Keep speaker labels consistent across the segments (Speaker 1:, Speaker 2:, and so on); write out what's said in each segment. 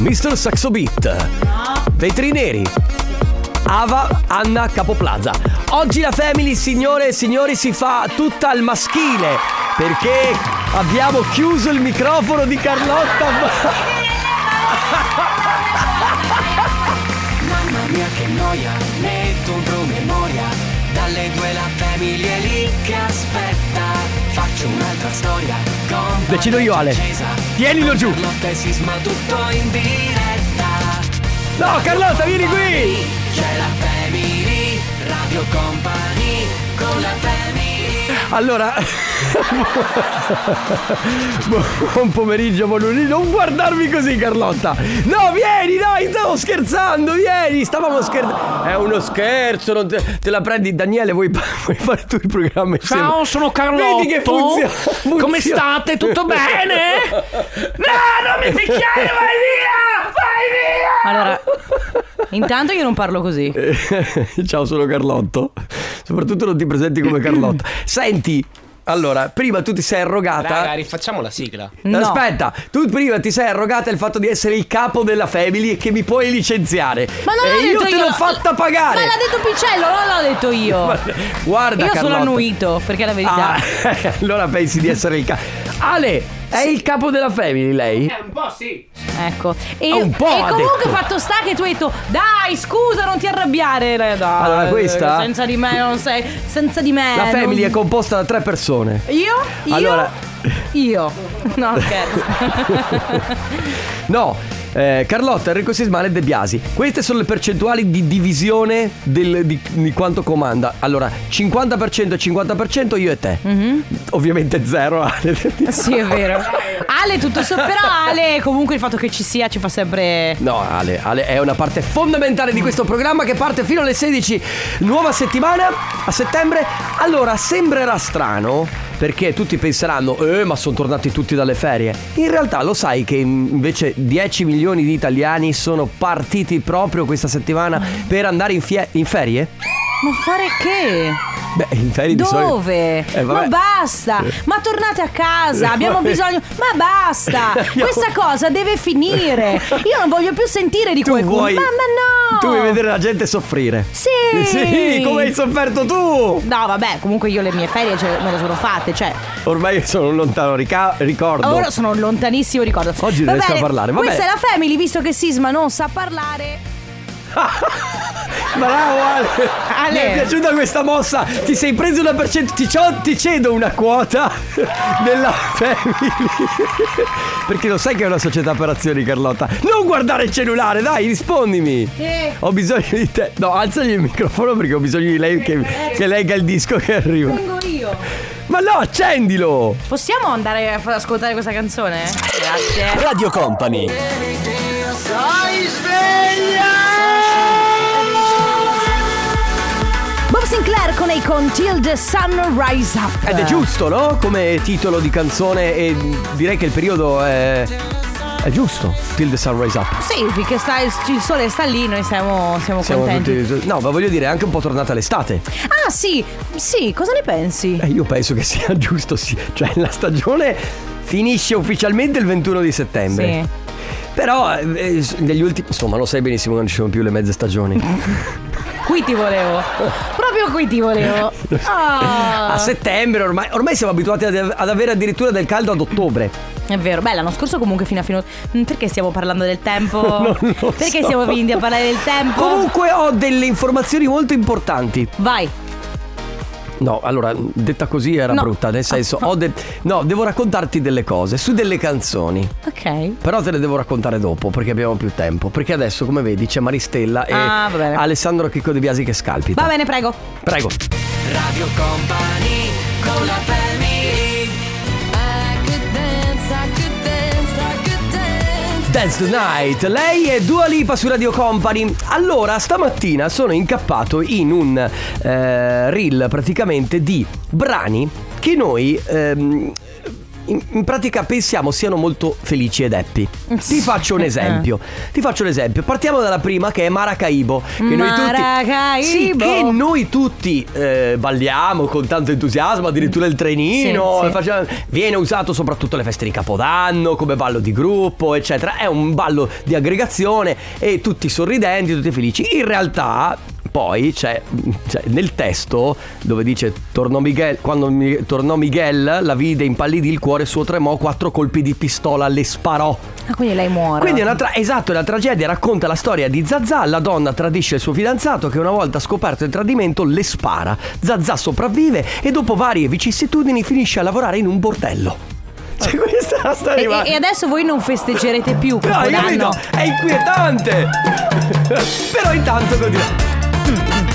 Speaker 1: Mr. Saxo Beat, Vetri Neri, Ava Anna Capoplaza. Oggi la Family, signore e signori, si fa tutta al maschile perché abbiamo chiuso il microfono di Carlotta.
Speaker 2: Mamma mia che noia, metto un promemoria Dalle due la famiglia è lì che aspetta Faccio un'altra storia, con
Speaker 1: Decido io, Ale.
Speaker 2: accesa.
Speaker 1: Tienilo giù.
Speaker 2: Carlotta e Sisma tutto in diretta
Speaker 1: No, Carlotta, vieni qui.
Speaker 2: C'è la family, Radio Company Con la family
Speaker 1: Allora, buon pomeriggio, Bononi. Non guardarmi così, Carlotta. No, vieni, dai, stavo scherzando. Vieni, stavamo scherzando. È uno scherzo, non te, te la prendi. Daniele, vuoi, vuoi fare tu il programma? insieme?
Speaker 3: Ciao, sono Carlotto.
Speaker 1: Vedi che funziona. funziona.
Speaker 3: Come state? Tutto bene? No, non mi picchiare, vai via! Vai
Speaker 4: Allora, intanto io non parlo così.
Speaker 1: Eh, Ciao, sono Carlotto. Soprattutto non ti presenti come Carlotta. Senti, allora, prima tu ti sei arrogata.
Speaker 5: Raga, rifacciamo la sigla.
Speaker 4: No.
Speaker 1: Aspetta, tu prima ti sei arrogata il fatto di essere il capo della family e che mi puoi licenziare.
Speaker 4: Ma non l'ho
Speaker 1: e io
Speaker 4: detto
Speaker 1: te
Speaker 4: io,
Speaker 1: l'ho
Speaker 4: l'ho-
Speaker 1: fatta pagare.
Speaker 4: Ma l'ha detto Piccello, non l'ho detto io.
Speaker 1: Guarda,
Speaker 4: io sono
Speaker 1: Carlotta.
Speaker 4: annuito, perché è la verità.
Speaker 1: Ah, allora pensi di essere il capo. Ale, è il capo della family lei?
Speaker 4: Eh,
Speaker 3: via! Un po' sì.
Speaker 4: Ecco. E,
Speaker 1: Ah, Un po'
Speaker 4: e
Speaker 1: ha
Speaker 4: comunque
Speaker 1: detto.
Speaker 4: fatto sta che tu hai detto: Dai, scusa, non ti arrabbiare. Dai, dai, eh,
Speaker 1: Allora, questa-
Speaker 4: Senza di me non sei. Senza di me.
Speaker 1: La family
Speaker 4: non-
Speaker 1: è composta da tre persone.
Speaker 4: Io? Io?
Speaker 1: Allora-
Speaker 4: Io. No, scherzo.
Speaker 1: No, eh, Carlotta, Enrico Sismale e De Biasi. Queste sono le percentuali di divisione del- di, di quanto comanda. Allora, 50% e 50% io e te. Ovviamente zero, Ale.
Speaker 4: Mhm. sì, è vero. Ale, tutto so, però Ale, comunque il fatto che ci sia ci fa sempre.
Speaker 1: No, Ale, Ale è una parte fondamentale di questo programma che parte fino alle 16. Nuova settimana a settembre. Allora, sembrerà strano perché tutti penseranno, eh, ma sono tornati tutti dalle ferie. In realtà lo sai che mm, invece 10 milioni di italiani sono partiti proprio questa settimana per andare in, fie- in ferie?
Speaker 4: Ma fare che?
Speaker 1: Beh, in ferie di solito.
Speaker 4: Dove?
Speaker 1: Eh,
Speaker 4: ma
Speaker 1: vabbè.
Speaker 4: basta! Ma tornate a casa, abbiamo
Speaker 1: vabbè.
Speaker 4: bisogno. Ma basta!
Speaker 1: Abbiamo-
Speaker 4: Questa cosa deve finire! Io non voglio più sentire di
Speaker 1: Tu
Speaker 4: qualcuno.
Speaker 1: vuoi,
Speaker 4: Ma, ma no!
Speaker 1: Tu vuoi vedere la gente soffrire?
Speaker 4: Sì!
Speaker 1: Sì, come hai sofferto tu!
Speaker 4: No, vabbè, comunque io le mie ferie cioè, me le sono fatte, cioè.
Speaker 1: Ormai sono un lontano rica- ricordo.
Speaker 4: Ora sono un lontanissimo ricordo.
Speaker 1: Oggi non
Speaker 4: Va
Speaker 1: riesco a
Speaker 4: bene,
Speaker 1: parlare, vabbè.
Speaker 4: Questa è la family, visto che Sisma non sa parlare.
Speaker 1: Bravo Ale.
Speaker 4: Ale.
Speaker 1: Mi è piaciuta questa mossa Ti sei preso una percentuale ti, ciò- ti cedo una quota Della family Perché lo sai che è una società per azioni Carlotta Non guardare il cellulare dai rispondimi
Speaker 4: Sì.
Speaker 1: Ho bisogno di te No alzagli il microfono perché ho bisogno di lei Che, che legga il disco che arriva
Speaker 4: Vengo io.
Speaker 1: Ma no accendilo
Speaker 4: Possiamo andare a fa- ascoltare questa canzone? Grazie.
Speaker 1: Radio Company
Speaker 4: Bob Sinclair con i con Till the Sun Rise Up.
Speaker 1: Ed è giusto no? Come titolo di canzone E direi che il periodo è È giusto Till the sun rise up
Speaker 4: Sì, perché sta, il sole sta lì, noi siamo, siamo
Speaker 1: Siamo
Speaker 4: contenti.
Speaker 1: tutti. No, ma voglio dire, è anche un po' tornata l'estate.
Speaker 4: Ah, sì, sì, cosa ne pensi?
Speaker 1: Eh, io penso che sia giusto, sì. Cioè, la stagione finisce ufficialmente il 21 di settembre.
Speaker 4: Sì.
Speaker 1: Però, eh, s- negli ultimi. Insomma, lo sai benissimo che non ci sono più le mezze stagioni.
Speaker 4: Ah. Qui ti volevo. Proprio qui ti volevo. Ah.
Speaker 1: A settembre ormai, ormai siamo abituati ad, ad avere addirittura del caldo ad ottobre.
Speaker 4: È vero, beh, l'anno scorso comunque fino a fino. Mm, Perché stiamo parlando del tempo?
Speaker 1: Non lo
Speaker 4: Perché
Speaker 1: so.
Speaker 4: siamo venuti a parlare del tempo?
Speaker 1: Comunque ho delle informazioni molto importanti.
Speaker 4: Vai.
Speaker 1: No, allora, detta così era
Speaker 4: No. Ah.
Speaker 1: brutta, nel senso, ho de- no, devo raccontarti delle cose su delle canzoni.
Speaker 4: Ok.
Speaker 1: Però te le devo raccontare dopo perché abbiamo più tempo. Perché adesso, come vedi, c'è Maristella e
Speaker 4: Ah, va bene.
Speaker 1: Alessandro Chicco De Biasi che scalpita.
Speaker 4: Va bene, prego.
Speaker 1: Prego.
Speaker 2: Radio Company, con la family
Speaker 1: Dance the Night. Lei è Dua Lipa su Radio Company. Allora, stamattina sono incappato in un eh, reel praticamente di brani che noi. ehm, in, in pratica pensiamo siano molto felici ed happy. Ti faccio un esempio. Ti faccio un esempio. Partiamo dalla prima che è Maracaibo. Che noi tutti,
Speaker 4: Maracaibo.
Speaker 1: Sì, che noi tutti eh, balliamo con tanto entusiasmo, addirittura il trenino.
Speaker 4: Sì, sì.
Speaker 1: facciamo- viene usato soprattutto alle feste di Capodanno, come ballo di gruppo, eccetera. È un ballo di aggregazione e tutti sorridenti, tutti felici. In realtà... Poi c'è, c'è nel testo dove dice tornò Miguel, quando mi- tornò Miguel la vide impallidì il cuore suo tremò quattro colpi di pistola le sparò.
Speaker 4: Ah, quindi lei muore.
Speaker 1: Quindi è una tra- esatto, è una tragedia, racconta la storia di Zazà, la donna tradisce il suo fidanzato che una volta scoperto il tradimento le spara. Zazà sopravvive e dopo varie vicissitudini finisce a lavorare in un bordello. Cioè questa è la
Speaker 4: Ah. E,
Speaker 1: storia.
Speaker 4: e- e adesso voi non festeggerete più
Speaker 1: No, hai
Speaker 4: Capodanno.
Speaker 1: capito? È inquietante. Però intanto continua.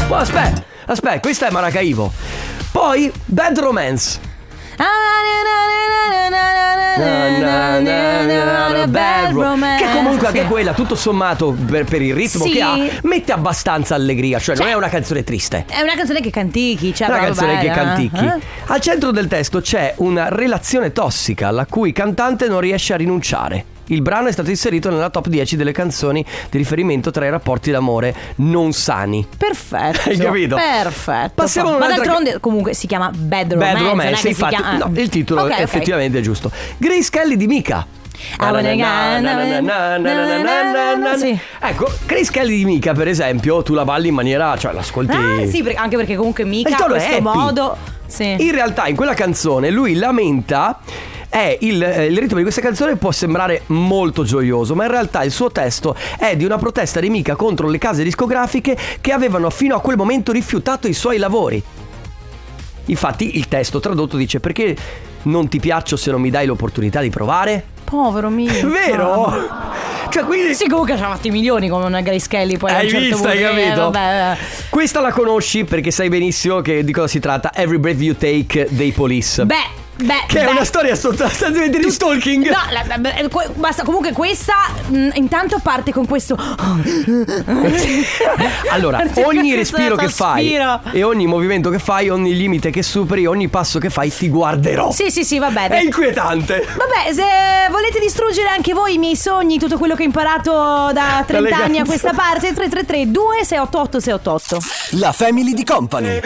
Speaker 1: Ma aspetta, aspetta, questa è Maracaibo. Poi Bad Romance.
Speaker 4: Bad romance.
Speaker 1: Che comunque anche
Speaker 4: Sì.
Speaker 1: quella, tutto sommato, per, per il ritmo
Speaker 4: Sì.
Speaker 1: che ha, mette abbastanza allegria, cioè, non
Speaker 4: Cioè-
Speaker 1: è una canzone triste.
Speaker 4: È una canzone che cantichi, cioè
Speaker 1: È una
Speaker 4: proprio
Speaker 1: canzone che
Speaker 4: bella,
Speaker 1: canticchi.
Speaker 4: eh?
Speaker 1: Al centro del testo c'è una relazione tossica alla cui il cantante non riesce a rinunciare. Il brano è stato inserito nella top 10 delle canzoni di riferimento tra i rapporti d'amore non sani.
Speaker 4: Perfetto.
Speaker 1: Hai capito?
Speaker 4: Perfetto.
Speaker 1: Passiamo ad
Speaker 4: Ma
Speaker 1: un'altra-
Speaker 4: d'altronde comunque si chiama Bad Romance.
Speaker 1: Bad
Speaker 4: non è
Speaker 1: Romance,
Speaker 4: che si
Speaker 1: infatti,
Speaker 4: chiama...
Speaker 1: no, il titolo
Speaker 4: Ok, ok.
Speaker 1: effettivamente è giusto. Grace Kelly di Mica.
Speaker 4: Ah, guarda, guarda, sì.
Speaker 1: Ecco, Grace Kelly di Mica, per esempio, tu la balli in maniera, cioè l'ascolti.
Speaker 4: Ah, sì, perché- anche perché comunque mica
Speaker 1: Il
Speaker 4: in
Speaker 1: tono è
Speaker 4: questo
Speaker 1: happy.
Speaker 4: modo. Sì.
Speaker 1: In realtà in quella canzone lui lamenta è il, eh, il ritmo di questa canzone può sembrare molto gioioso, ma in realtà il suo testo è di una protesta di Mica contro le case discografiche che avevano fino a quel momento rifiutato i suoi lavori. Infatti il testo tradotto dice perché non ti piaccio se non mi dai l'opportunità di provare?
Speaker 4: Povero mio.
Speaker 1: È vero? Cioè quindi
Speaker 4: Sì, comunque ci ha fatti milioni come una Grace Kelly poi a
Speaker 1: hai
Speaker 4: un certo
Speaker 1: visto,
Speaker 4: punto,
Speaker 1: hai
Speaker 4: eh,
Speaker 1: capito?
Speaker 4: vabbè, eh.
Speaker 1: Questa la conosci perché sai benissimo che di cosa si tratta. Every Breath You Take dei Police.
Speaker 4: Beh, beh,
Speaker 1: Che è
Speaker 4: beh.
Speaker 1: una storia sostanzialmente di stalking.
Speaker 4: No, la- la- beh, que- basta, comunque questa mh, intanto parte con questo Oh,
Speaker 1: Allora,
Speaker 4: Perché
Speaker 1: ogni
Speaker 4: questo
Speaker 1: respiro che fai
Speaker 4: sospiro.
Speaker 1: e ogni movimento che fai, ogni limite che superi, ogni passo che fai, ti guarderò.
Speaker 4: Sì, Eh. sì, sì, va
Speaker 1: È
Speaker 4: bene.
Speaker 1: inquietante.
Speaker 4: Vabbè, se volete distruggere anche voi i miei sogni, tutto quello che ho imparato da 30 anni a
Speaker 1: canzoni.
Speaker 4: questa parte, 333 2688 688.
Speaker 1: La family di company.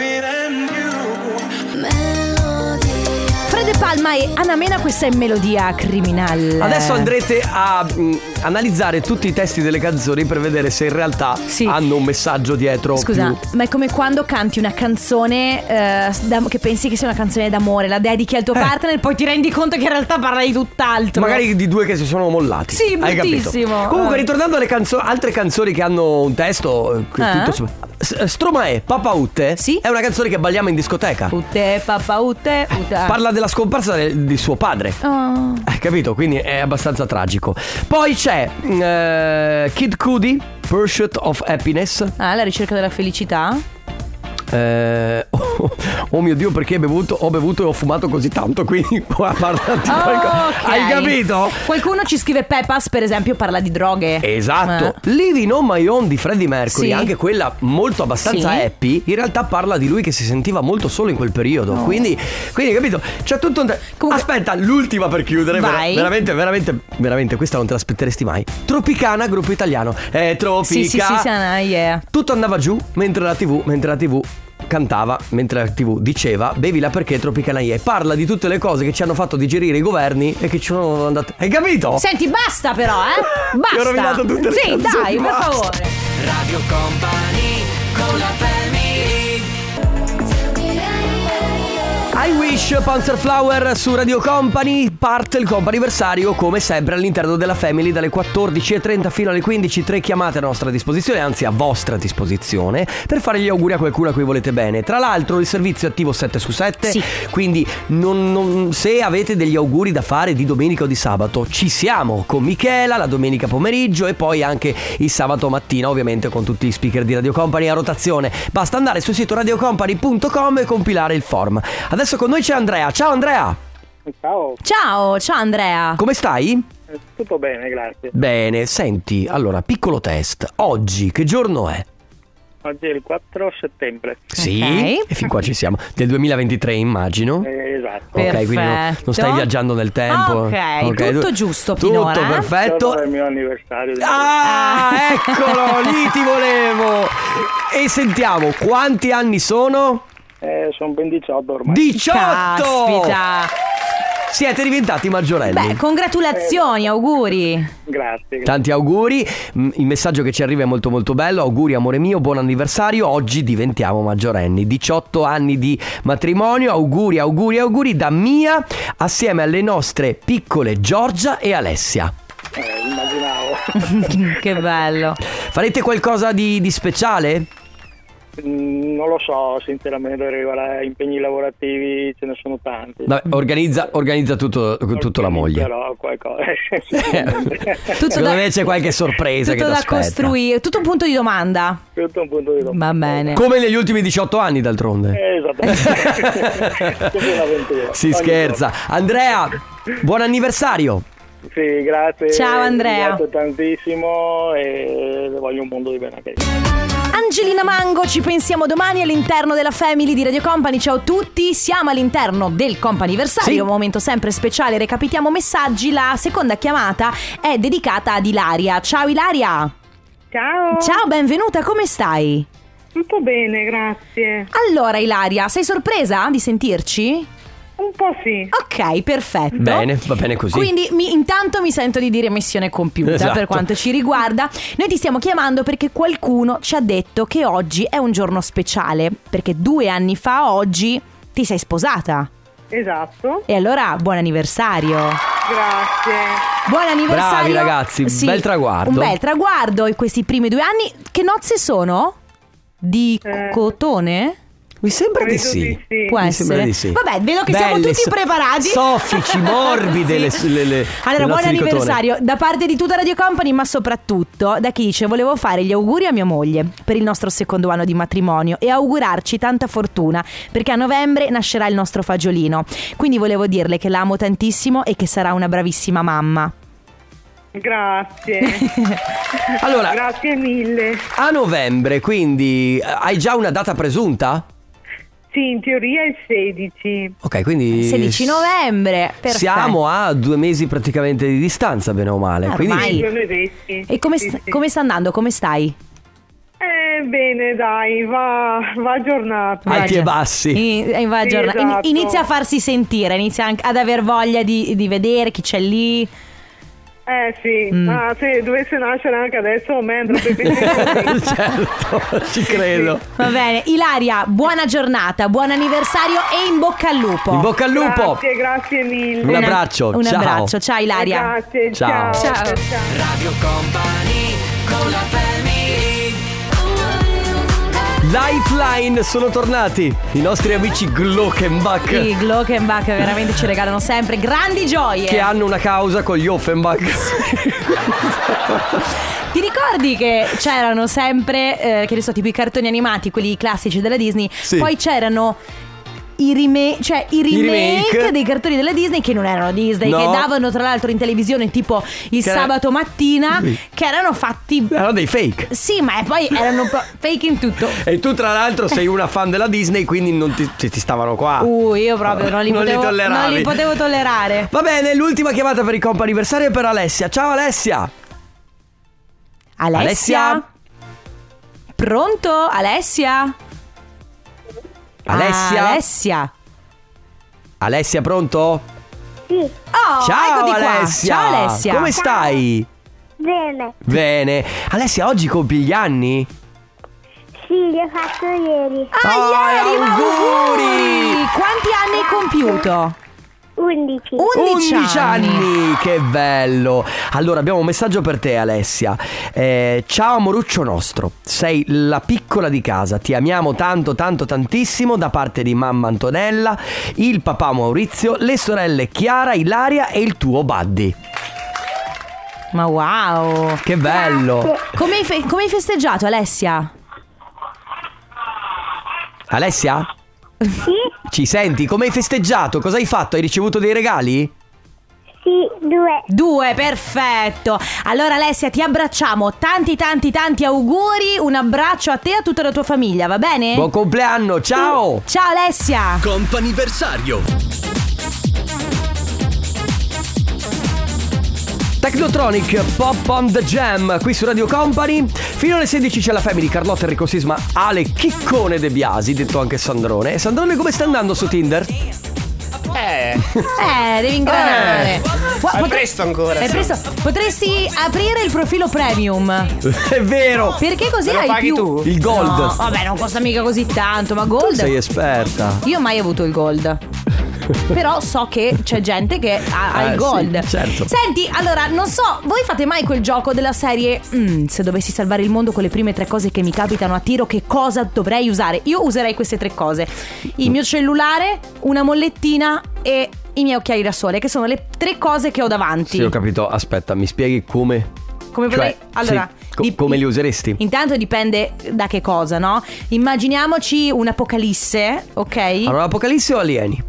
Speaker 4: Fred De Palma e Anamena, questa è melodia criminale.
Speaker 1: Adesso andrete a mm, analizzare tutti i testi delle canzoni per vedere se in realtà
Speaker 4: Sì.
Speaker 1: hanno un messaggio dietro.
Speaker 4: Scusa,
Speaker 1: più-
Speaker 4: ma è come quando canti una canzone eh, da- che pensi che sia una canzone d'amore, la dedichi al tuo partner, poi ti rendi conto che in realtà parla di tutt'altro.
Speaker 1: Eh. Magari di due che si sono mollati.
Speaker 4: Sì,
Speaker 1: Hai capito?
Speaker 4: bruttissimo.
Speaker 1: Comunque,
Speaker 4: Eh.
Speaker 1: ritornando alle canzo- altre canzoni che hanno un testo. eh, che
Speaker 4: Eh?
Speaker 1: tutto somma- S- Stromae, Papa Utte.
Speaker 4: Sì.
Speaker 1: È una canzone che balliamo in discoteca.
Speaker 4: Utte, papà, utte, utte.
Speaker 1: Parla della scomparsa de- di suo padre.
Speaker 4: Oh.
Speaker 1: Hai capito? Quindi è abbastanza tragico. Poi c'è eh, Kid Cudi, Pursuit of Happiness.
Speaker 4: Ah, la ricerca della felicità.
Speaker 1: Eh, oh, oh mio dio, perché ho bevuto, ho bevuto e ho fumato così tanto. Quindi qua parla di qualcosa.
Speaker 4: ok.
Speaker 1: Hai capito?
Speaker 4: Qualcuno ci scrive Peppas, per esempio, parla di droghe.
Speaker 1: Esatto,
Speaker 4: Eh.
Speaker 1: Living on My Own di Freddie Mercury,
Speaker 4: Sì.
Speaker 1: anche quella molto abbastanza
Speaker 4: Sì.
Speaker 1: happy, in realtà parla di lui che si sentiva molto solo in quel periodo. Quindi, quindi, capito? C'è tutto un.
Speaker 4: Comunque-
Speaker 1: Aspetta, l'ultima per chiudere. vera-
Speaker 4: Vai.
Speaker 1: veramente, veramente, veramente, questa non te l'aspettesti mai. Tropicana, gruppo italiano. Eh, Tropica.
Speaker 4: Sì, sì, sì, sì, ah, yeah.
Speaker 1: Tutto andava giù mentre la TV, mentre la TV cantava, mentre la TV diceva bevila perché Tropicana Ye. Parla di tutte le cose che ci hanno fatto digerire i governi e che ci sono andate. Hai capito?
Speaker 4: Senti, basta però, eh? Basta.
Speaker 1: Ti ho rovinato tutte le
Speaker 4: Sì,
Speaker 1: canzoni,
Speaker 4: dai, per
Speaker 1: basta.
Speaker 4: favore.
Speaker 2: Radio Company con la family
Speaker 1: I wish Panzer Flower su Radio Company parte il comp'anniversario come sempre all'interno della Family dalle 14.30 fino alle 15 tre chiamate a nostra disposizione anzi a vostra disposizione per fare gli auguri a qualcuno a cui volete bene tra l'altro il servizio è attivo 7 su 7
Speaker 4: Sì.
Speaker 1: quindi non- non- se avete degli auguri da fare di domenica o di sabato ci siamo con Michela la domenica pomeriggio e poi anche il sabato mattina ovviamente con tutti gli speaker di Radio Company a rotazione basta andare sul sito radiocompany.com e compilare il form adesso con noi c'è Andrea ciao Andrea
Speaker 5: Ciao,
Speaker 4: Ciao, ciao Andrea.
Speaker 1: come stai?
Speaker 5: eh, tutto bene, grazie.
Speaker 1: Bene senti allora piccolo test oggi che giorno è?
Speaker 5: Oggi è il 4 settembre.
Speaker 1: Sì,
Speaker 4: Ok.
Speaker 1: e fin qua ci siamo. Del 2023 immagino.
Speaker 5: Eh, esatto.
Speaker 1: Ok, quindi non,
Speaker 4: Perfetto.
Speaker 1: non stai viaggiando nel tempo.
Speaker 4: Ok, tutto giusto
Speaker 1: tutto
Speaker 4: finora, eh?
Speaker 1: perfetto.
Speaker 5: Giorno del mio anniversario.
Speaker 1: Ah,
Speaker 4: Ah.
Speaker 1: eccolo, lì ti volevo. E sentiamo, quanti anni sono?
Speaker 5: Eh, sono ben 18 ormai.
Speaker 1: 18!
Speaker 4: Caspita.
Speaker 1: Siete diventati maggiorenni.
Speaker 4: Beh, congratulazioni, auguri.
Speaker 5: Grazie.
Speaker 1: Tanti auguri, Mm, il messaggio che ci arriva è molto molto bello, auguri amore mio, buon anniversario, oggi diventiamo maggiorenni, 18 anni di matrimonio, auguri, auguri, auguri da Mia assieme alle nostre piccole Giorgia e Alessia.
Speaker 5: Eh, immaginavo.
Speaker 4: che bello.
Speaker 1: Farete qualcosa di, di speciale?
Speaker 5: Mm, non lo so, sinceramente, arrivare a impegni lavorativi ce ne sono tanti.
Speaker 1: Vabbè, organizza, organizza tutto, tutto la moglie.
Speaker 5: Però qualcosa.
Speaker 4: Tutto
Speaker 1: Secondo
Speaker 4: da-
Speaker 1: me c'è qualche sorpresa
Speaker 4: Tutto
Speaker 1: che ti aspetta.
Speaker 4: da costruire, tutto un punto di domanda.
Speaker 5: Tutto un punto di domanda.
Speaker 4: Va bene.
Speaker 1: Come negli ultimi 18 anni d'altronde.
Speaker 5: Eh, esattamente. Sempre un'avventura.
Speaker 1: Si
Speaker 5: Ogni
Speaker 1: scherza. Andrea, buon anniversario.
Speaker 5: giorno. Sì, grazie.
Speaker 4: Ciao, Andrea.
Speaker 5: Grazie tantissimo e le voglio un mondo di bene a te.
Speaker 4: Angelina Mango, ci pensiamo domani all'interno della Family di Radio Company. Ciao a tutti, siamo all'interno del companiversario,
Speaker 1: Sì.
Speaker 4: un momento sempre speciale. Recapitiamo messaggi. La seconda chiamata è dedicata ad Ilaria. Ciao Ilaria.
Speaker 6: Ciao.
Speaker 4: Ciao, benvenuta, come stai?
Speaker 6: Tutto bene, grazie.
Speaker 4: Allora Ilaria, sei sorpresa di sentirci?
Speaker 6: Un po' sì.
Speaker 4: Ok, perfetto.
Speaker 1: Bene, va bene così.
Speaker 4: Quindi mi- intanto mi sento di dire missione compiuta
Speaker 1: Esatto.
Speaker 4: per quanto ci riguarda. Noi ti stiamo chiamando perché qualcuno ci ha detto che oggi è un giorno speciale, perché due anni fa oggi ti sei sposata.
Speaker 6: Esatto.
Speaker 4: E allora buon anniversario.
Speaker 6: Grazie.
Speaker 4: Buon
Speaker 1: Bravi,
Speaker 4: anniversario.
Speaker 1: ragazzi, bel traguardo.
Speaker 4: Un bel traguardo in questi primi due anni. Che nozze sono? Di
Speaker 6: Eh.
Speaker 4: cotone?
Speaker 1: Mi sembra di
Speaker 6: Credo
Speaker 1: sì.
Speaker 6: di sì.
Speaker 4: Può
Speaker 1: Mi sembra
Speaker 4: essere.
Speaker 1: di sì.
Speaker 4: Vabbè, vedo che siamo
Speaker 1: Belle,
Speaker 4: tutti
Speaker 1: so-
Speaker 4: preparati.
Speaker 1: Soffici, morbide
Speaker 4: Sì.
Speaker 1: le, le, le-
Speaker 4: Allora,
Speaker 1: le
Speaker 4: buon
Speaker 1: nozze di cotone.
Speaker 4: anniversario da parte di tutta Radio Company, ma soprattutto da chi dice volevo fare gli auguri a mia moglie per il nostro secondo anno di matrimonio e augurarci tanta fortuna perché a novembre nascerà il nostro fagiolino. Quindi volevo dirle che la amo tantissimo e che sarà una bravissima mamma.
Speaker 6: Grazie.
Speaker 1: Allora,
Speaker 6: grazie mille.
Speaker 1: a novembre, quindi eh, hai già una data presunta?
Speaker 6: Sì, in teoria è il 16.
Speaker 1: Ok, quindi
Speaker 4: 16 novembre. Perfetto.
Speaker 1: Siamo a due mesi praticamente di distanza, bene o male.
Speaker 4: Ah,
Speaker 1: Quindi
Speaker 4: ormai. Sì.
Speaker 6: Due mesetti.
Speaker 4: E come,
Speaker 6: Sì,
Speaker 4: sta-
Speaker 6: sì.
Speaker 4: come sta andando? Come stai?
Speaker 6: Eh, bene, dai, va, va
Speaker 1: Alti
Speaker 6: aggiornata.
Speaker 4: Immagino.
Speaker 1: e bassi.
Speaker 4: In- eh, va
Speaker 6: Sì,
Speaker 4: giorna- in-
Speaker 6: esatto.
Speaker 4: Inizia a farsi sentire, inizia anche ad aver voglia di, di vedere chi c'è lì.
Speaker 6: Eh sì,
Speaker 4: Mm.
Speaker 6: ma se dovesse nascere anche adesso, me andrebbe bene.
Speaker 1: certo, ci credo.
Speaker 4: Va bene, Ilaria, buona giornata, buon anniversario e in bocca al lupo.
Speaker 1: In bocca al lupo.
Speaker 6: grazie, grazie mille. Eh,
Speaker 1: Un abbraccio.
Speaker 4: Un
Speaker 1: ciao.
Speaker 4: abbraccio, ciao Ilaria.
Speaker 6: Grazie,
Speaker 1: Ciao.
Speaker 4: Ciao.
Speaker 6: ciao. ciao.
Speaker 2: Radio Company con la family
Speaker 1: Lifeline sono tornati. I nostri amici Glockenbach.
Speaker 4: I Glockenbach veramente ci regalano sempre grandi gioie.
Speaker 1: Che hanno una causa con gli Offenbach.
Speaker 4: Ti ricordi che c'erano sempre, eh, che ne so, tipo i cartoni animati, quelli classici della Disney,
Speaker 1: Sì.
Speaker 4: poi c'erano i, rime- cioè, i remake,
Speaker 1: remake.
Speaker 4: dei cartoni della Disney che non erano Disney,
Speaker 1: No.
Speaker 4: che davano tra l'altro in televisione tipo il
Speaker 1: Che era-
Speaker 4: sabato mattina,
Speaker 1: Sì.
Speaker 4: che erano fatti...
Speaker 1: Erano dei fake.
Speaker 4: Sì, ma e poi erano pro- fake in tutto.
Speaker 1: E tu, tra l'altro, sei una fan della Disney, quindi non ti, ti- ti stavano qua.
Speaker 4: Uh, io proprio non li,
Speaker 1: Ah. Non li
Speaker 4: potevo,
Speaker 1: tolleravi.
Speaker 4: non li potevo tollerare.
Speaker 1: Va bene, l'ultima chiamata per il comp anniversario è per Alessia. Ciao Alessia!
Speaker 4: Alessia?
Speaker 1: Alessia?
Speaker 4: Pronto, Alessia? Ah,
Speaker 1: Alessia?
Speaker 4: Alessia.
Speaker 1: Alessia, pronto?
Speaker 4: Oh,
Speaker 1: Ciao
Speaker 4: eccoti qua.
Speaker 1: Alessia!
Speaker 4: Ciao Alessia.
Speaker 1: Come stai? Bene. Bene. Alessia, oggi compi gli anni?
Speaker 7: Sì, l'ho fatto ieri.
Speaker 4: Ah,
Speaker 1: Ah,
Speaker 4: ieri, ma
Speaker 1: auguri!
Speaker 4: auguri! Quanti anni hai compiuto?
Speaker 7: 11.
Speaker 4: 11,
Speaker 1: 11 Che bello! Allora, abbiamo un messaggio per te, Alessia. Eh, ciao Moruccio nostro, sei la piccola di casa. Ti amiamo tanto, tanto, tantissimo da parte di mamma Antonella, il papà Maurizio, le sorelle Chiara, Ilaria e il tuo Buddy.
Speaker 4: Ma wow!
Speaker 1: Che bello!
Speaker 4: Come hai, fe- come hai festeggiato, Alessia?
Speaker 1: Alessia?
Speaker 7: Sì,
Speaker 1: Ci senti? Come hai festeggiato? Cosa hai fatto? Hai ricevuto dei regali?
Speaker 7: Sì, due.
Speaker 4: Due, perfetto. Allora Alessia, ti abbracciamo. Tanti, tanti, tanti auguri. Un abbraccio a te e a tutta la tua famiglia, va bene?
Speaker 1: Buon compleanno, ciao!
Speaker 4: Ciao Alessia.
Speaker 2: Comp'anniversario
Speaker 1: Technotronic Pop on the Jam qui su Radio Company. Fino alle 16 c'è la family Carlotta Enrico Sisma, Ale Chiccone De Biasi, detto anche Sandrone. E Sandrone come sta andando su Tinder?
Speaker 8: Eh,
Speaker 4: Eh, devi ingranare.
Speaker 8: Eh.
Speaker 4: Gua-
Speaker 8: È presto ancora,
Speaker 4: È
Speaker 8: sì.
Speaker 4: presto. Potresti aprire il profilo premium.
Speaker 1: È vero!
Speaker 4: Perché così
Speaker 8: Me lo
Speaker 4: hai
Speaker 8: paghi
Speaker 4: più
Speaker 8: tu?
Speaker 1: Il gold.
Speaker 4: No, vabbè, non costa mica così tanto, ma gold.
Speaker 1: Sei esperta.
Speaker 4: Io mai avuto il gold. Però so che c'è gente che ha, ha
Speaker 1: Eh,
Speaker 4: il gold.
Speaker 1: sì, certo.
Speaker 4: Senti, allora, non so, voi fate mai quel gioco della serie "Mm, se dovessi salvare il mondo con le prime tre cose che mi capitano a tiro, che cosa dovrei usare? Io userei queste tre cose. Il mio cellulare, una mollettina e i miei occhiali da sole, che sono le tre cose che ho davanti.
Speaker 1: Sì, ho capito. Aspetta, mi spieghi come?
Speaker 4: Come
Speaker 1: Cioè,
Speaker 4: potrei. Allora,
Speaker 1: sì, co-
Speaker 4: dip-
Speaker 1: come li useresti?
Speaker 4: Intanto dipende da che cosa, no? Immaginiamoci un'apocalisse, ok?
Speaker 1: Allora, apocalisse o alieni?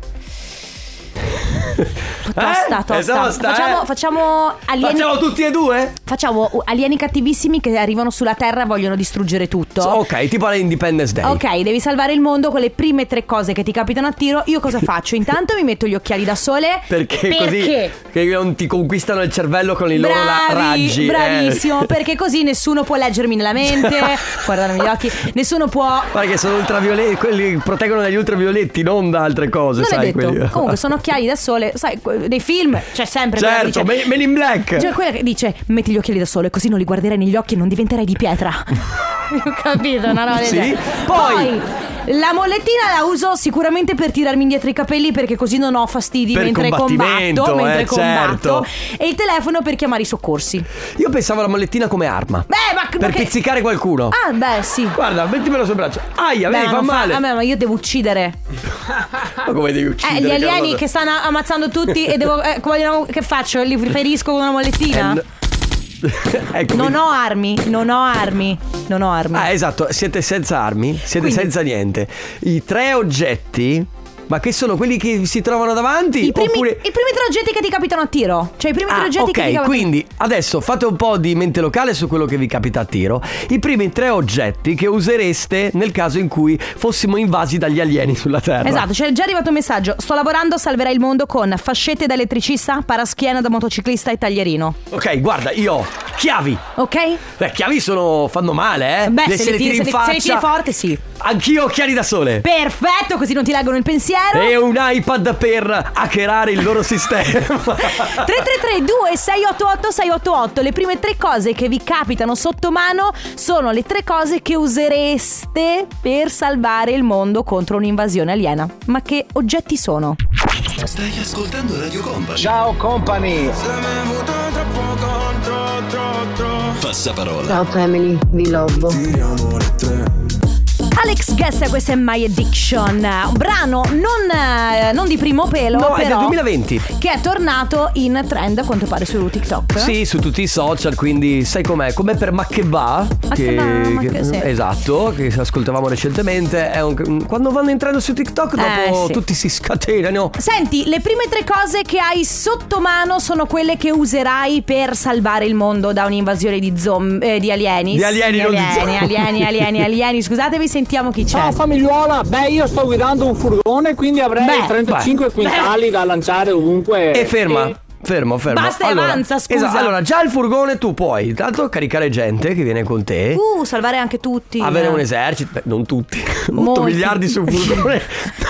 Speaker 4: Tosta,
Speaker 1: Eh?
Speaker 4: tosta.
Speaker 1: È tosta,
Speaker 4: facciamo,
Speaker 1: eh?
Speaker 4: facciamo alieni.
Speaker 1: Facciamo tutti e due?
Speaker 4: facciamo alieni cattivissimi che arrivano sulla Terra e vogliono distruggere tutto.
Speaker 1: Ok, tipo la Independence Day.
Speaker 4: Esatto. Ok, devi salvare il mondo con le prime tre cose che ti capitano a tiro. Io cosa faccio? Intanto mi metto gli occhiali da sole.
Speaker 1: Perché,
Speaker 4: Perché?
Speaker 1: così che non ti conquistano il cervello con i loro la-
Speaker 4: Bravi,
Speaker 1: raggi. eh.
Speaker 4: bravissimo, perché così nessuno può leggermi nella mente, guardarmi gli occhi, nessuno può
Speaker 1: Guarda che sono ultravioletti, quelli proteggono dagli ultravioletti, non da altre cose,
Speaker 4: Non
Speaker 1: sai
Speaker 4: è detto.
Speaker 1: quelli- eh.
Speaker 4: Comunque sono occhiali da sole, sai, que- nei film c'è sempre quella che
Speaker 1: Certo,
Speaker 4: dice-
Speaker 1: Men Men in Black.
Speaker 4: C'è Cioè, quella che dice metti gli occhiali da sole così non li guarderai negli occhi e non diventerai di pietra. Ho capito, una roba del
Speaker 1: Sì.
Speaker 4: genere.
Speaker 1: Poi-
Speaker 4: la mollettina la uso sicuramente per tirarmi indietro i capelli perché così non ho fastidi
Speaker 1: Per
Speaker 4: mentre
Speaker 1: combattimento,
Speaker 4: combatto, mentre
Speaker 1: eh,
Speaker 4: combatto.
Speaker 1: certo.
Speaker 4: E il telefono per chiamare i soccorsi.
Speaker 1: Io pensavo alla mollettina come arma.
Speaker 4: Beh, ma
Speaker 1: per pizzicare qualcuno.
Speaker 4: Ah, beh, sì.
Speaker 1: Guarda, mettimelo sul braccio. Aia,
Speaker 4: Beh,
Speaker 1: vedi,
Speaker 4: ma
Speaker 1: fa
Speaker 4: non
Speaker 1: male.
Speaker 4: vabbè, ma io devo uccidere.
Speaker 1: Ma come devi uccidere?
Speaker 4: Eh, gli alieni
Speaker 1: Carlotta?
Speaker 4: che stanno ammazzando tutti e devo. eh, vogliono- che faccio? Li riferisco con una mollettina?
Speaker 1: Eh, n- ecco,
Speaker 4: Non
Speaker 1: quindi-
Speaker 4: ho armi, non ho armi, non ho armi.
Speaker 1: Ah, esatto, siete senza armi, siete
Speaker 4: Quindi-
Speaker 1: senza niente. I tre oggetti, ma che sono quelli che si trovano davanti?
Speaker 4: I primi,
Speaker 1: oppure...
Speaker 4: I primi tre oggetti che ti capitano a tiro. Cioè, i primi tre
Speaker 1: Ah,
Speaker 4: oggetti che ti
Speaker 1: ok,
Speaker 4: capitano
Speaker 1: quindi adesso fate un po' di mente locale su quello che vi capita a tiro. I primi tre oggetti che usereste nel caso in cui fossimo invasi dagli alieni sulla Terra.
Speaker 4: Esatto, c'è già arrivato un messaggio. Sto lavorando, salverai il mondo con fascette da elettricista, paraschiena da motociclista e taglierino.
Speaker 1: Ok, guarda, io ho chiavi.
Speaker 4: Ok?
Speaker 1: Beh, chiavi sono. fanno male, eh?
Speaker 4: Beh,
Speaker 1: Le-
Speaker 4: se, le tiri,
Speaker 1: in
Speaker 4: se, le- se
Speaker 1: faccia.
Speaker 4: le tiri forte, sì.
Speaker 1: Anch'io ho occhiali da sole.
Speaker 4: Perfetto, così non ti leggono il pensiero.
Speaker 1: E un iPad per hackerare il loro sistema.
Speaker 4: 333 688 688 Le prime tre cose che vi capitano sotto mano sono le tre cose che usereste per salvare il mondo contro un'invasione aliena. Ma che oggetti sono?
Speaker 2: Stai ascoltando Radio Company
Speaker 9: Ciao company!
Speaker 2: Passaparola
Speaker 10: Ciao family, vi lovo.
Speaker 4: Alex Guess, questa è My Addiction. Un brano non, eh, non di primo pelo,
Speaker 1: No, è del
Speaker 4: però
Speaker 1: 2020.
Speaker 4: Che è tornato in trend, a quanto pare, su TikTok.
Speaker 1: Sì, su tutti i social, quindi sai com'è? Com'è per Maccheba,
Speaker 4: Maccheba, Macche- sì.
Speaker 1: esatto, che ascoltavamo recentemente. È un- quando vanno entrando su TikTok,
Speaker 4: Eh,
Speaker 1: dopo
Speaker 4: sì.
Speaker 1: tutti si scatenano.
Speaker 4: Senti, le prime tre cose che hai sotto mano sono quelle che userai per salvare il mondo da un'invasione di, zom- eh, di alieni.
Speaker 1: Di alieni,
Speaker 4: Sì,
Speaker 1: non di
Speaker 4: alieni,
Speaker 1: zombie.
Speaker 4: alieni, alieni, alieni. Scusatevi, sentiamo chi c'è.
Speaker 9: Ciao famigliuola, beh io sto guidando un furgone quindi avrei
Speaker 4: Beh,
Speaker 9: 35
Speaker 1: beh.
Speaker 9: quintali da lanciare ovunque.
Speaker 1: E ferma. Fermo, fermo.
Speaker 4: Basta e avanza, scusa.
Speaker 1: esatto, allora, già il furgone tu puoi intanto caricare gente che viene con te.
Speaker 4: Uh, salvare anche tutti.
Speaker 1: Avere un esercito, beh, non tutti, 8
Speaker 4: Molti.
Speaker 1: miliardi su un furgone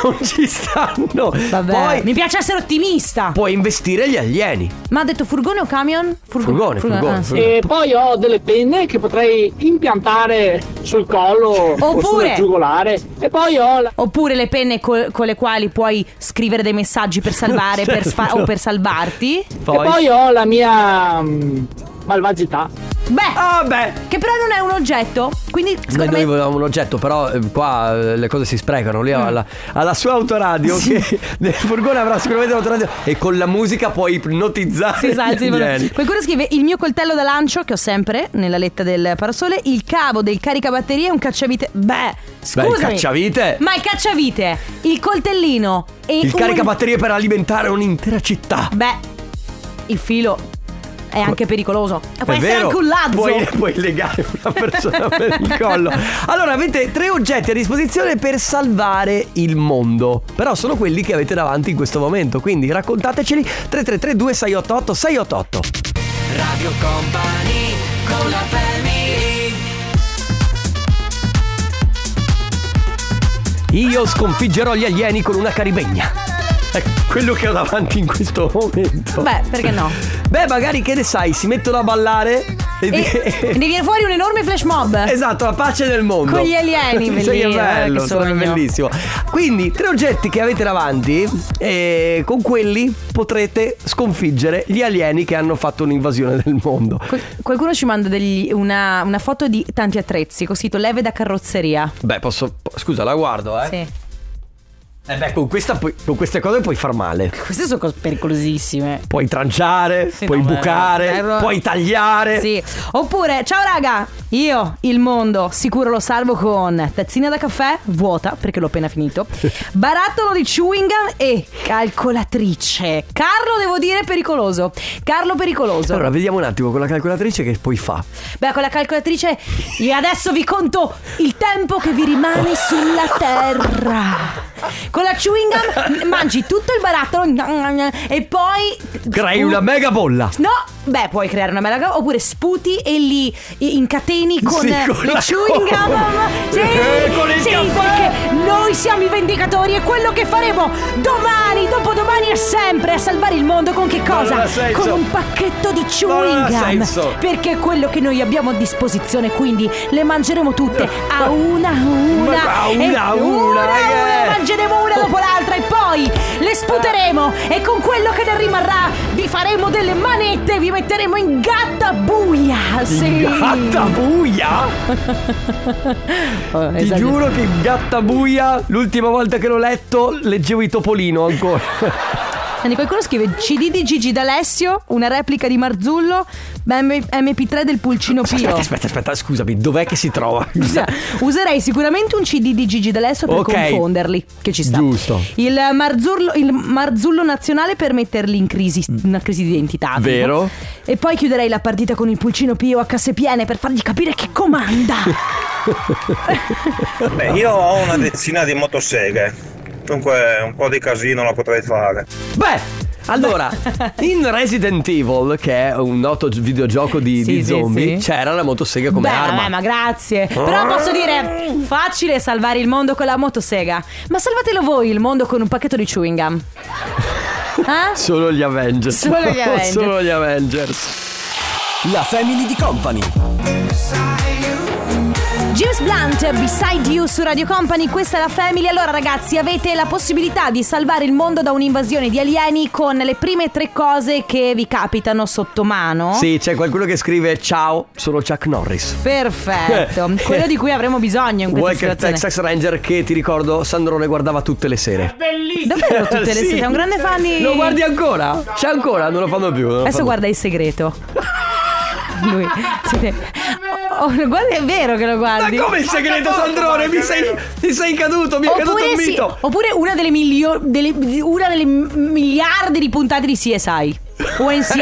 Speaker 1: non ci stanno.
Speaker 4: Vabbè,
Speaker 1: Poi
Speaker 4: mi piace essere ottimista.
Speaker 1: puoi investire gli alieni.
Speaker 4: Ma ha detto furgone o camion? Furgo-
Speaker 1: Furgone, furgone,
Speaker 4: ah.
Speaker 1: furgone.
Speaker 9: E poi ho delle penne che potrei impiantare sul collo o
Speaker 4: Oppure-
Speaker 9: sulla giugolare. E poi ho la-
Speaker 4: Oppure le penne col- con le quali puoi scrivere dei messaggi per salvare per sfa- o per salvarti.
Speaker 9: e poi ho la mia mm, malvagità.
Speaker 4: Beh,
Speaker 1: Ah, beh.
Speaker 4: che però non è un oggetto. Quindi,
Speaker 1: Noi,
Speaker 4: secondo
Speaker 1: noi
Speaker 4: me, Mm.
Speaker 1: volevamo un oggetto, però eh, qua eh, le cose si sprecano. Lì alla, alla sua autoradio, che nel furgone avrà sicuramente l'autoradio. E con la musica puoi ipnotizzare.
Speaker 4: Sì, esatto,
Speaker 1: gli
Speaker 4: sì, proprio.
Speaker 1: alieni.
Speaker 4: Qualcuno scrive il mio coltello da lancio che ho sempre nella letta del parasole, il cavo del caricabatterie e un cacciavite. Beh, scusami.
Speaker 1: cacciavite?
Speaker 4: Ma il cacciavite, il coltellino e
Speaker 1: Il
Speaker 4: un-
Speaker 1: caricabatterie per alimentare un'intera città.
Speaker 4: Beh, il filo è anche pericoloso. Può
Speaker 1: È
Speaker 4: essere
Speaker 1: vero,
Speaker 4: anche un lazzo.
Speaker 1: Puoi, puoi legare una persona per il collo. Allora, avete tre oggetti a disposizione per salvare il mondo. Però sono quelli che avete davanti in questo momento. Quindi raccontateceli 333 2688 688.
Speaker 2: Radio Company con la family
Speaker 1: Io sconfiggerò gli alieni con una caribegna. È quello che ho davanti in questo momento.
Speaker 4: Beh, perché no?
Speaker 1: Beh, magari che ne sai, si mettono a ballare e,
Speaker 4: E ne viene fuori un enorme flash mob.
Speaker 1: Esatto, la pace del mondo.
Speaker 4: Con gli alieni,
Speaker 1: Sì,
Speaker 4: bellissimo, eh,
Speaker 1: Che bello,
Speaker 4: che
Speaker 1: sarebbe
Speaker 4: sogno.
Speaker 1: bellissimo. Quindi, tre oggetti che avete davanti, e con quelli potrete sconfiggere gli alieni che hanno fatto un'invasione del mondo.
Speaker 4: Qual- Qualcuno ci manda degli- una, una foto di tanti attrezzi, con scritto leve da carrozzeria.
Speaker 1: Beh, posso. po- Scusa, la guardo, eh.
Speaker 4: Sì.
Speaker 1: Eh beh, con, questa puoi- con queste cose puoi far male.
Speaker 4: Queste sono cose pericolosissime.
Speaker 1: Puoi tranciare,
Speaker 4: Sì,
Speaker 1: puoi
Speaker 4: no, beh,
Speaker 1: bucare,
Speaker 4: eh,
Speaker 1: puoi tagliare.
Speaker 4: Sì. Oppure, ciao raga, io il mondo sicuro lo salvo con tazzina da caffè vuota perché l'ho appena finito, barattolo di chewing gum e calcolatrice. Carlo devo dire pericoloso. Carlo pericoloso.
Speaker 1: Allora, vediamo un attimo con la calcolatrice che poi fa.
Speaker 4: Beh, con la calcolatrice io adesso vi conto il tempo che vi rimane sulla terra. Con la chewing gum mangi tutto il barattolo e poi
Speaker 1: Crei
Speaker 4: Uh.
Speaker 1: una mega bolla.
Speaker 4: No, beh, puoi creare una melaga oppure sputi e li incateni con,
Speaker 1: Sì,
Speaker 4: eh,
Speaker 1: con
Speaker 4: le
Speaker 1: la
Speaker 4: chewing gum.
Speaker 1: colla.
Speaker 4: Sì,
Speaker 1: Eh, con il
Speaker 4: sì,
Speaker 1: caffè.
Speaker 4: perché noi siamo i vendicatori e quello che faremo domani, dopodomani e sempre è salvare il mondo con che cosa?
Speaker 1: non ha senso.
Speaker 4: Con un pacchetto di
Speaker 1: Non
Speaker 4: chewing
Speaker 1: ha
Speaker 4: gum.
Speaker 1: senso.
Speaker 4: Perché è quello che noi abbiamo a disposizione, quindi le mangeremo tutte a una a una.
Speaker 1: Ma a una a
Speaker 4: e
Speaker 1: una, eh.
Speaker 4: una, una, le mangeremo una dopo l'altra e poi le sputeremo e con quello che ne rimarrà vi faremo delle manette e vi metteremo in gatta buia. Sì.
Speaker 1: Gattabuia?
Speaker 4: Oh,
Speaker 1: Ti
Speaker 4: esagerato.
Speaker 1: giuro che Gattabuia, l'ultima volta che l'ho letto, leggevo i Topolino ancora.
Speaker 4: Quindi qualcuno scrive CD di Gigi D'Alessio, una replica di Marzullo, M- MP3 del Pulcino Pio.
Speaker 1: Aspetta, aspetta, aspetta, scusami, dov'è che si trova?
Speaker 4: Sa- Userei sicuramente un CD di Gigi D'Alessio per
Speaker 1: Ok.
Speaker 4: confonderli. Che ci sta.
Speaker 1: Giusto.
Speaker 4: Il marzullo, il marzullo nazionale per metterli in crisi, una crisi di identità. tipo.
Speaker 1: Mm. Vero.
Speaker 4: E poi chiuderei la partita con il pulcino Pio a casse piene per fargli capire che comanda.
Speaker 10: Beh, io ho una decina di motoseghe, dunque un po' di casino la potrei fare.
Speaker 1: Beh, allora, in Resident Evil, che è un noto gi- videogioco di,
Speaker 4: Sì,
Speaker 1: di
Speaker 4: sì,
Speaker 1: zombie,
Speaker 4: sì.
Speaker 1: c'era la motosega come
Speaker 4: Beh,
Speaker 1: arma.
Speaker 4: vabbè, ma grazie. Però posso dire, facile salvare il mondo con la motosega. Ma salvatelo voi il mondo con un pacchetto di chewing gum. Eh?
Speaker 1: Solo gli Avengers.
Speaker 4: Solo gli Avengers.
Speaker 1: Solo gli Avengers. La family di company.
Speaker 4: Eh? James Blunt, Beside You su Radio Company, questa è la Family. Allora ragazzi, avete la possibilità di salvare il mondo da un'invasione di alieni con le prime tre cose che vi capitano sotto mano.
Speaker 1: Sì, c'è qualcuno che scrive: Ciao, sono Chuck Norris.
Speaker 4: Perfetto,
Speaker 1: Eh.
Speaker 4: quello di cui avremo bisogno in questa
Speaker 1: Walker
Speaker 4: situazione.
Speaker 1: Texas Ranger che ti ricordo Sandrone guardava tutte le sere.
Speaker 4: Davvero tutte le
Speaker 1: Sì.
Speaker 4: sere, sei un grande fan di...
Speaker 1: Lo guardi ancora? C'è ancora, non lo fanno più. non lo
Speaker 4: Adesso
Speaker 1: fanno
Speaker 4: guarda il segreto. Lui. siete- Oh, lo guarda, è vero che lo
Speaker 1: più.
Speaker 4: guardi.
Speaker 1: Ma come il segreto Sandrone? Mi sei, mi sei caduto, mi è caduto
Speaker 4: Oppure,
Speaker 1: il
Speaker 4: sì-
Speaker 1: mito.
Speaker 4: oppure una delle milio- delle- di- una delle m- miliardi di puntate di CSI. O NCIS.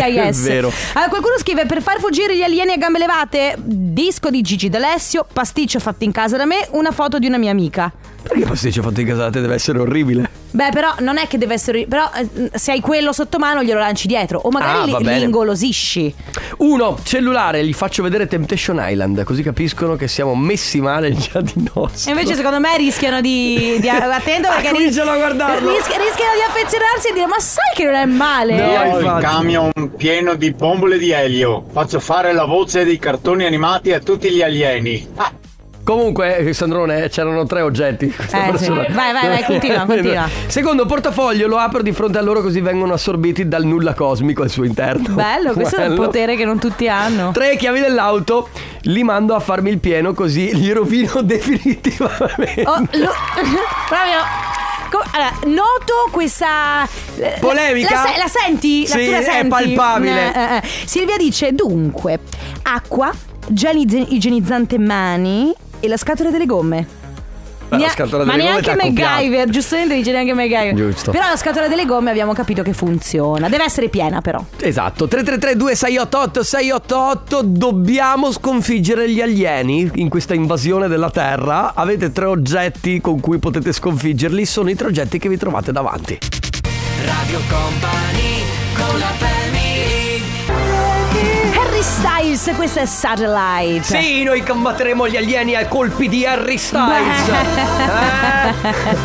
Speaker 1: È vero.
Speaker 4: Allora, qualcuno scrive: Per far fuggire gli alieni a gambe levate, disco di Gigi D'Alessio, pasticcio fatto in casa da me, una foto di una mia amica.
Speaker 1: Perché pasticcio fatto in casate deve essere orribile.
Speaker 4: Beh, però non è che deve essere. Però eh, se hai quello sotto mano glielo lanci dietro. O
Speaker 1: Ah,
Speaker 4: magari
Speaker 1: va
Speaker 4: li,
Speaker 1: bene.
Speaker 4: li ingolosisci.
Speaker 1: Uno, cellulare, gli faccio vedere Temptation Island, così capiscono che siamo messi male già di
Speaker 4: E
Speaker 1: nostro.
Speaker 4: invece secondo me rischiano di, di Eh, attento perché
Speaker 1: Ah, cominciano a guardarlo.
Speaker 4: ris- rischiano di affezionarsi e dire ma sai che non è male Eh,
Speaker 1: No, infatti.
Speaker 9: camion pieno di bombole di elio. Faccio fare la voce dei cartoni animati a tutti gli alieni. Ah,
Speaker 1: Comunque, eh, Sandrone, c'erano tre oggetti. questa
Speaker 4: Eh, sì.
Speaker 1: persona.
Speaker 4: Vai, vai, vai, continua, continua.
Speaker 1: Secondo portafoglio lo apro di fronte a loro così vengono assorbiti dal nulla cosmico al suo interno.
Speaker 4: Bello, questo è un
Speaker 1: Bello.
Speaker 4: potere che non tutti hanno.
Speaker 1: Tre chiavi dell'auto, li mando a farmi il pieno così li rovino definitivamente.
Speaker 4: Oh, lo- proprio. co- Allora, noto questa eh,
Speaker 1: Polemica?
Speaker 4: La, se- la senti? La,
Speaker 1: Sì,
Speaker 4: tu la
Speaker 1: è
Speaker 4: senti?
Speaker 1: palpabile.
Speaker 4: Eh, eh, eh. Silvia dice: Dunque, acqua, gel igie- igienizzante mani e la scatola delle gomme.
Speaker 1: la scatola
Speaker 4: ma
Speaker 1: delle gomme
Speaker 4: neanche
Speaker 1: t'ha copiato.
Speaker 4: MacGyver, giustamente dice neanche MacGyver.
Speaker 1: Giusto.
Speaker 4: Però la scatola delle gomme abbiamo capito che funziona. Deve essere piena, però.
Speaker 1: Esatto, 333-2688-688 Dobbiamo sconfiggere gli alieni in questa invasione della Terra Avete tre oggetti con cui potete sconfiggerli Sono i tre oggetti che vi trovate davanti
Speaker 2: Radio Company con la family
Speaker 4: Harry Styles, questa è Satellite.
Speaker 1: Sì, noi combatteremo gli alieni a colpi di Harry Styles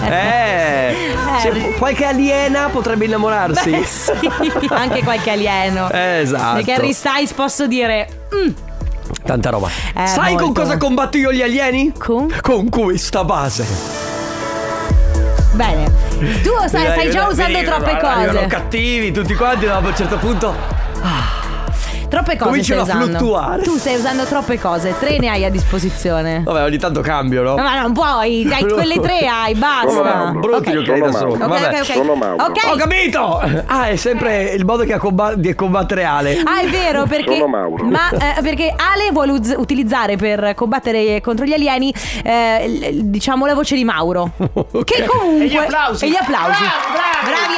Speaker 1: Eh, eh. Se qualche aliena potrebbe innamorarsi
Speaker 4: Beh, sì, anche qualche alieno.
Speaker 1: Esatto.
Speaker 4: Perché Harry Styles posso dire. "Mm,
Speaker 1: Tanta roba
Speaker 4: Eh,
Speaker 1: Sai con
Speaker 4: molto.
Speaker 1: cosa combatto io gli alieni?
Speaker 4: Con?
Speaker 1: Con questa base
Speaker 4: Bene. Tu stai,
Speaker 1: Dai,
Speaker 4: stai già
Speaker 1: dai,
Speaker 4: usando
Speaker 1: dai,
Speaker 4: troppe
Speaker 1: dai, Arrivano
Speaker 4: cose.
Speaker 1: cattivi tutti quanti, ma a un certo punto.
Speaker 4: Troppe cose stai
Speaker 1: Cominciano a
Speaker 4: usando.
Speaker 1: fluttuare.
Speaker 4: Tu stai usando troppe cose. Tre ne hai a disposizione.
Speaker 1: Vabbè, ogni tanto cambio, no?
Speaker 4: No, Ma non puoi, dai, quelle tre hai, basta.
Speaker 1: Sono brutti gli occhiali da solo.
Speaker 4: Ok,
Speaker 1: Vabbè.
Speaker 4: ok, ok. Ok.
Speaker 1: Ho capito! Ah, è sempre il modo che ha comba- di combattere Ale.
Speaker 4: Ah, è vero, perché. Ma eh, perché Ale vuole uz- utilizzare per combattere contro gli alieni, eh, l- diciamo, la voce di Mauro. Che comunque.
Speaker 3: E gli applausi.
Speaker 4: E gli applausi.
Speaker 3: Bravo, bravi.
Speaker 4: bravi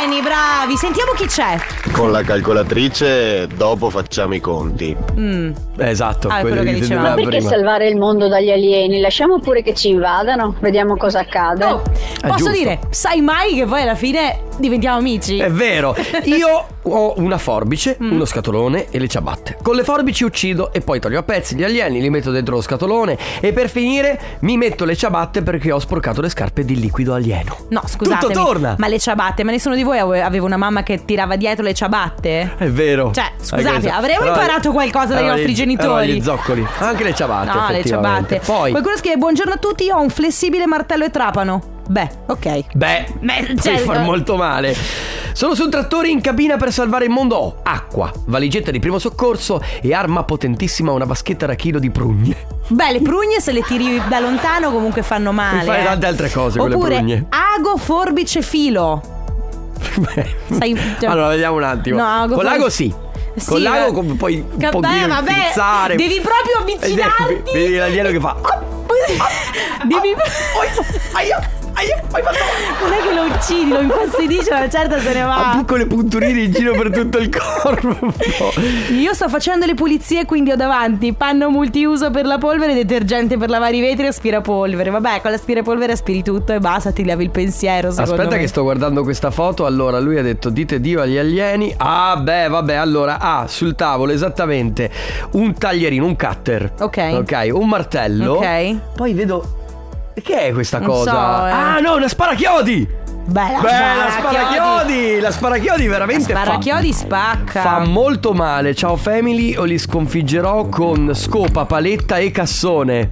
Speaker 4: alieni, bravi. Sentiamo chi c'è.
Speaker 11: Con la calcolatrice dopo facciamo i conti.
Speaker 4: Mm.
Speaker 1: Eh, Esatto,
Speaker 4: Ah, è quello
Speaker 1: ti
Speaker 4: che dicevamo.
Speaker 1: dicevo
Speaker 12: Ma perché
Speaker 1: prima.
Speaker 12: salvare il mondo dagli alieni? Lasciamo pure che ci invadano, vediamo cosa accade.
Speaker 1: È
Speaker 4: Oh, Posso
Speaker 1: giusto.
Speaker 4: dire, sai mai che poi alla fine diventiamo amici?
Speaker 3: Eh,
Speaker 1: È vero, io ho una forbice,
Speaker 4: Mm.
Speaker 1: uno scatolone e le ciabatte. Con le forbici uccido e poi taglio a pezzi gli alieni, li metto dentro lo scatolone e per finire mi metto le ciabatte perché ho sporcato le scarpe di liquido alieno.
Speaker 4: No, scusate.
Speaker 1: torna.
Speaker 4: Ma le ciabatte, ma nessuno di voi ave- aveva una mamma che tirava dietro le ciabatte?
Speaker 1: È vero.
Speaker 4: Cioè, scusate,
Speaker 1: Hai ragione.
Speaker 4: avremmo
Speaker 1: Però-
Speaker 4: imparato qualcosa dai
Speaker 1: erano
Speaker 4: nostri
Speaker 1: gli-
Speaker 4: genitori.
Speaker 1: erano gli zoccoli, anche le ciabatte.
Speaker 4: No, le
Speaker 1: effettivamente.
Speaker 4: ciabatte.
Speaker 1: Poi,
Speaker 4: Qualcuno scrive: Buongiorno a tutti, io ho un flessibile martello e trapano. Beh, ok.
Speaker 1: beh,
Speaker 4: Beh,
Speaker 1: puoi
Speaker 4: certo.
Speaker 1: far molto male. Sono su un trattore in cabina per salvare il mondo. Ho acqua, valigetta di primo soccorso e arma potentissima, una vaschetta da chilo di prugne.
Speaker 4: Beh, le prugne se le tiri da lontano comunque fanno male.
Speaker 1: Puoi fare
Speaker 4: eh.
Speaker 1: tante altre cose con le
Speaker 4: Oppure
Speaker 1: prugne.
Speaker 4: ago, forbice, filo. Sai, cioè-
Speaker 1: Allora, vediamo un attimo.
Speaker 4: No, ago,
Speaker 1: con
Speaker 4: forbice-
Speaker 1: l'ago sì.
Speaker 4: Sì,
Speaker 1: con l'ago
Speaker 4: eh.
Speaker 1: com- puoi un Eh,
Speaker 4: Che-
Speaker 1: po'
Speaker 4: beh,
Speaker 1: di
Speaker 4: vabbè,
Speaker 1: frizzare.
Speaker 4: devi proprio
Speaker 1: Ed è-
Speaker 4: avvicinarti.
Speaker 1: Vedi l'alieno che fa.
Speaker 4: Devi...
Speaker 1: Aia, aia, hai fatto-
Speaker 4: Non è che lo uccidi, lo infastidisce, ma certo se ne
Speaker 1: Ha
Speaker 4: va.
Speaker 1: piccole punturine in giro per tutto il corpo.
Speaker 4: Io sto facendo le pulizie, quindi ho davanti panno multiuso per la polvere, detergente per lavare i vetri e aspirapolvere. Vabbè, con l'aspirapolvere aspiri tutto e basta, ti levi il pensiero. secondo
Speaker 1: Aspetta
Speaker 4: me.
Speaker 1: che sto guardando questa foto. Allora, lui ha detto dite Dio agli alieni. Ah, beh, vabbè, allora ha sul tavolo esattamente un taglierino, un cutter.
Speaker 4: Ok.
Speaker 1: Ok, un martello.
Speaker 4: Ok.
Speaker 1: Poi vedo Che è questa
Speaker 4: Non
Speaker 1: cosa?
Speaker 4: so, eh.
Speaker 1: Ah, no, una sparachiodi!
Speaker 4: Bella,
Speaker 1: Beh, la sparachiodi, la sparachiodi veramente fa-
Speaker 4: Sparachiodi spacca.
Speaker 1: Fa molto male. Ciao family, o li sconfiggerò con scopa, paletta e cassone.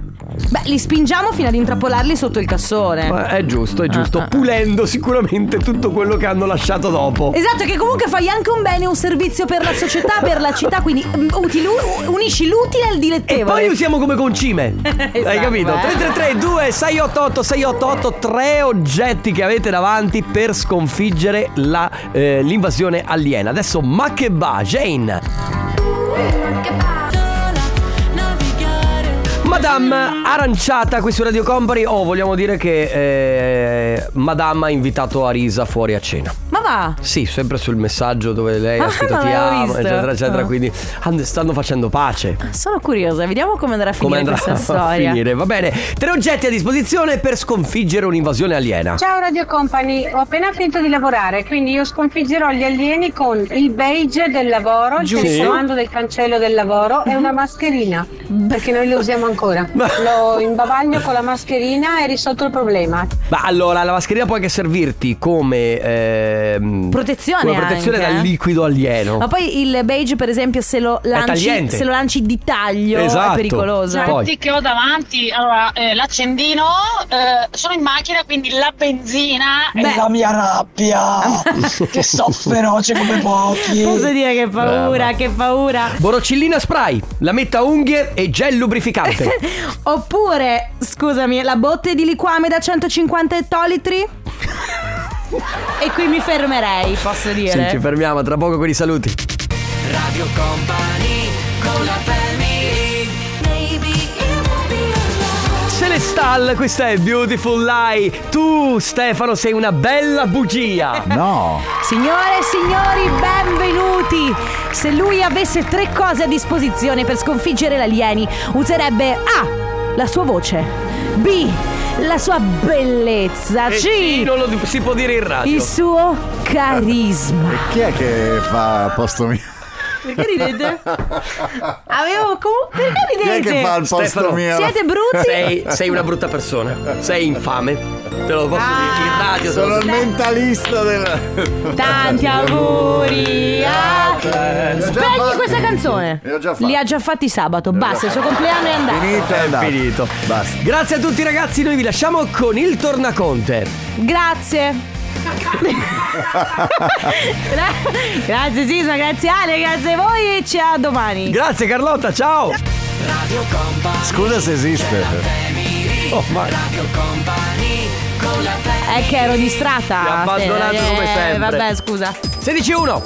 Speaker 4: Beh, li spingiamo fino ad intrappolarli sotto il cassone.
Speaker 1: Ma è giusto, è
Speaker 4: Ah,
Speaker 1: giusto. Pulendo sicuramente tutto quello che hanno lasciato dopo.
Speaker 4: Esatto, che comunque fai anche un bene, un servizio per la società, per la città, quindi mm, utili- unisci l'utile al
Speaker 1: E
Speaker 4: dilettevole.
Speaker 1: poi usiamo come concime. Hai
Speaker 4: Esatto,
Speaker 1: capito?
Speaker 4: eh.
Speaker 1: 333 2688 688 tre oggetti che avete davanti per sconfiggere la, eh, l'invasione aliena. Adesso ma che va, Jane. Madame aranciata qui su Radio Company. Oh, vogliamo dire che eh, Madame ha invitato Arisa fuori a cena.
Speaker 4: Ma va.
Speaker 1: Sì, sempre sul messaggio dove lei
Speaker 4: Ah,
Speaker 1: ha scritto
Speaker 4: non
Speaker 1: ti
Speaker 4: l'avevo
Speaker 1: amo,
Speaker 4: visto."
Speaker 1: eccetera, eccetera.
Speaker 4: Ah.
Speaker 1: Quindi and- stanno facendo pace
Speaker 4: Sono curiosa, vediamo come andrà a finire
Speaker 1: come andrà
Speaker 4: questa
Speaker 1: a
Speaker 4: storia.
Speaker 1: finire. Va bene, tre oggetti a disposizione per sconfiggere un'invasione aliena.
Speaker 4: Cioè
Speaker 13: Ciao Radio Company, ho appena finito di lavorare, quindi io sconfiggerò gli alieni con il beige del lavoro, il
Speaker 1: Giusto.
Speaker 13: telecomando del cancello del lavoro e una mascherina, perché noi lo usiamo ancora. Lo imbavaglio con la mascherina e risolto il problema.
Speaker 1: Ma allora, la mascherina può anche servirti come ehm,
Speaker 4: Protezione
Speaker 1: come protezione
Speaker 4: anche,
Speaker 1: dal
Speaker 4: eh.
Speaker 1: liquido alieno.
Speaker 4: Ma poi il beige, per esempio, se lo lanci,
Speaker 1: tagliente.
Speaker 4: se lo lanci di taglio
Speaker 1: Esatto.
Speaker 4: è pericoloso.
Speaker 1: Poi. Oggetti
Speaker 14: che ho davanti, allora eh, l'accendino, eh, sono in macchina quindi la benzina
Speaker 4: Beh. la
Speaker 14: mia rabbia che so feroce come pochi.
Speaker 4: Posso dire che paura,
Speaker 1: Brava.
Speaker 4: che paura.
Speaker 1: Borocillina spray, la metta unghie e gel lubrificante.
Speaker 4: Oppure, scusami, la botte di liquame da 150 ettolitri? e qui mi fermerei, posso
Speaker 1: Sì,
Speaker 4: dire.
Speaker 1: ci fermiamo tra poco con i saluti.
Speaker 2: Radio Company con la family Baby, it will be alright.
Speaker 1: Celestino Stal, questa è Beautiful Lie. Tu, Stefano, sei una bella bugia.
Speaker 15: No.
Speaker 4: Signore e signori, benvenuti! Se lui avesse tre cose a disposizione per sconfiggere gli alieni, userebbe A. La sua voce. B. La sua bellezza.
Speaker 1: E
Speaker 4: C.
Speaker 1: sì, non lo si può dire in radio.
Speaker 4: Il suo carisma.
Speaker 15: Chi è che fa a posto mio?
Speaker 4: Perché ridete? Avevo comunque. Perché
Speaker 15: Chi è
Speaker 4: ridete?
Speaker 15: che fa il posto
Speaker 1: Stefano,
Speaker 15: mio?
Speaker 4: Siete brutti?
Speaker 1: Sei, sei una brutta persona. Sei infame. Te lo posso dire in radio.
Speaker 15: Ah, Sono il
Speaker 1: te lo-
Speaker 15: mentalista del...
Speaker 4: Tanti auguri a te.
Speaker 15: Li ho già
Speaker 4: Spegni
Speaker 15: fatti.
Speaker 4: questa canzone.
Speaker 15: Li ho già fatti.
Speaker 4: Li ha già fatti sabato. Basta, il suo compleanno è andato.
Speaker 15: Finito è andato.
Speaker 1: finito.
Speaker 15: Basta.
Speaker 1: Grazie a tutti, ragazzi. Noi vi lasciamo con il tornaconte.
Speaker 4: Grazie. Gra- grazie Sisma, grazie Ale, grazie a voi e ci a domani.
Speaker 1: Grazie, Carlotta. Ciao.
Speaker 15: Scusa se esiste.
Speaker 1: Oh, ma.
Speaker 4: È che ero distratta.
Speaker 1: abbandonato
Speaker 4: Stella,
Speaker 1: come
Speaker 4: eh,
Speaker 1: sempre.
Speaker 4: Vabbè, scusa.
Speaker 1: 16-1.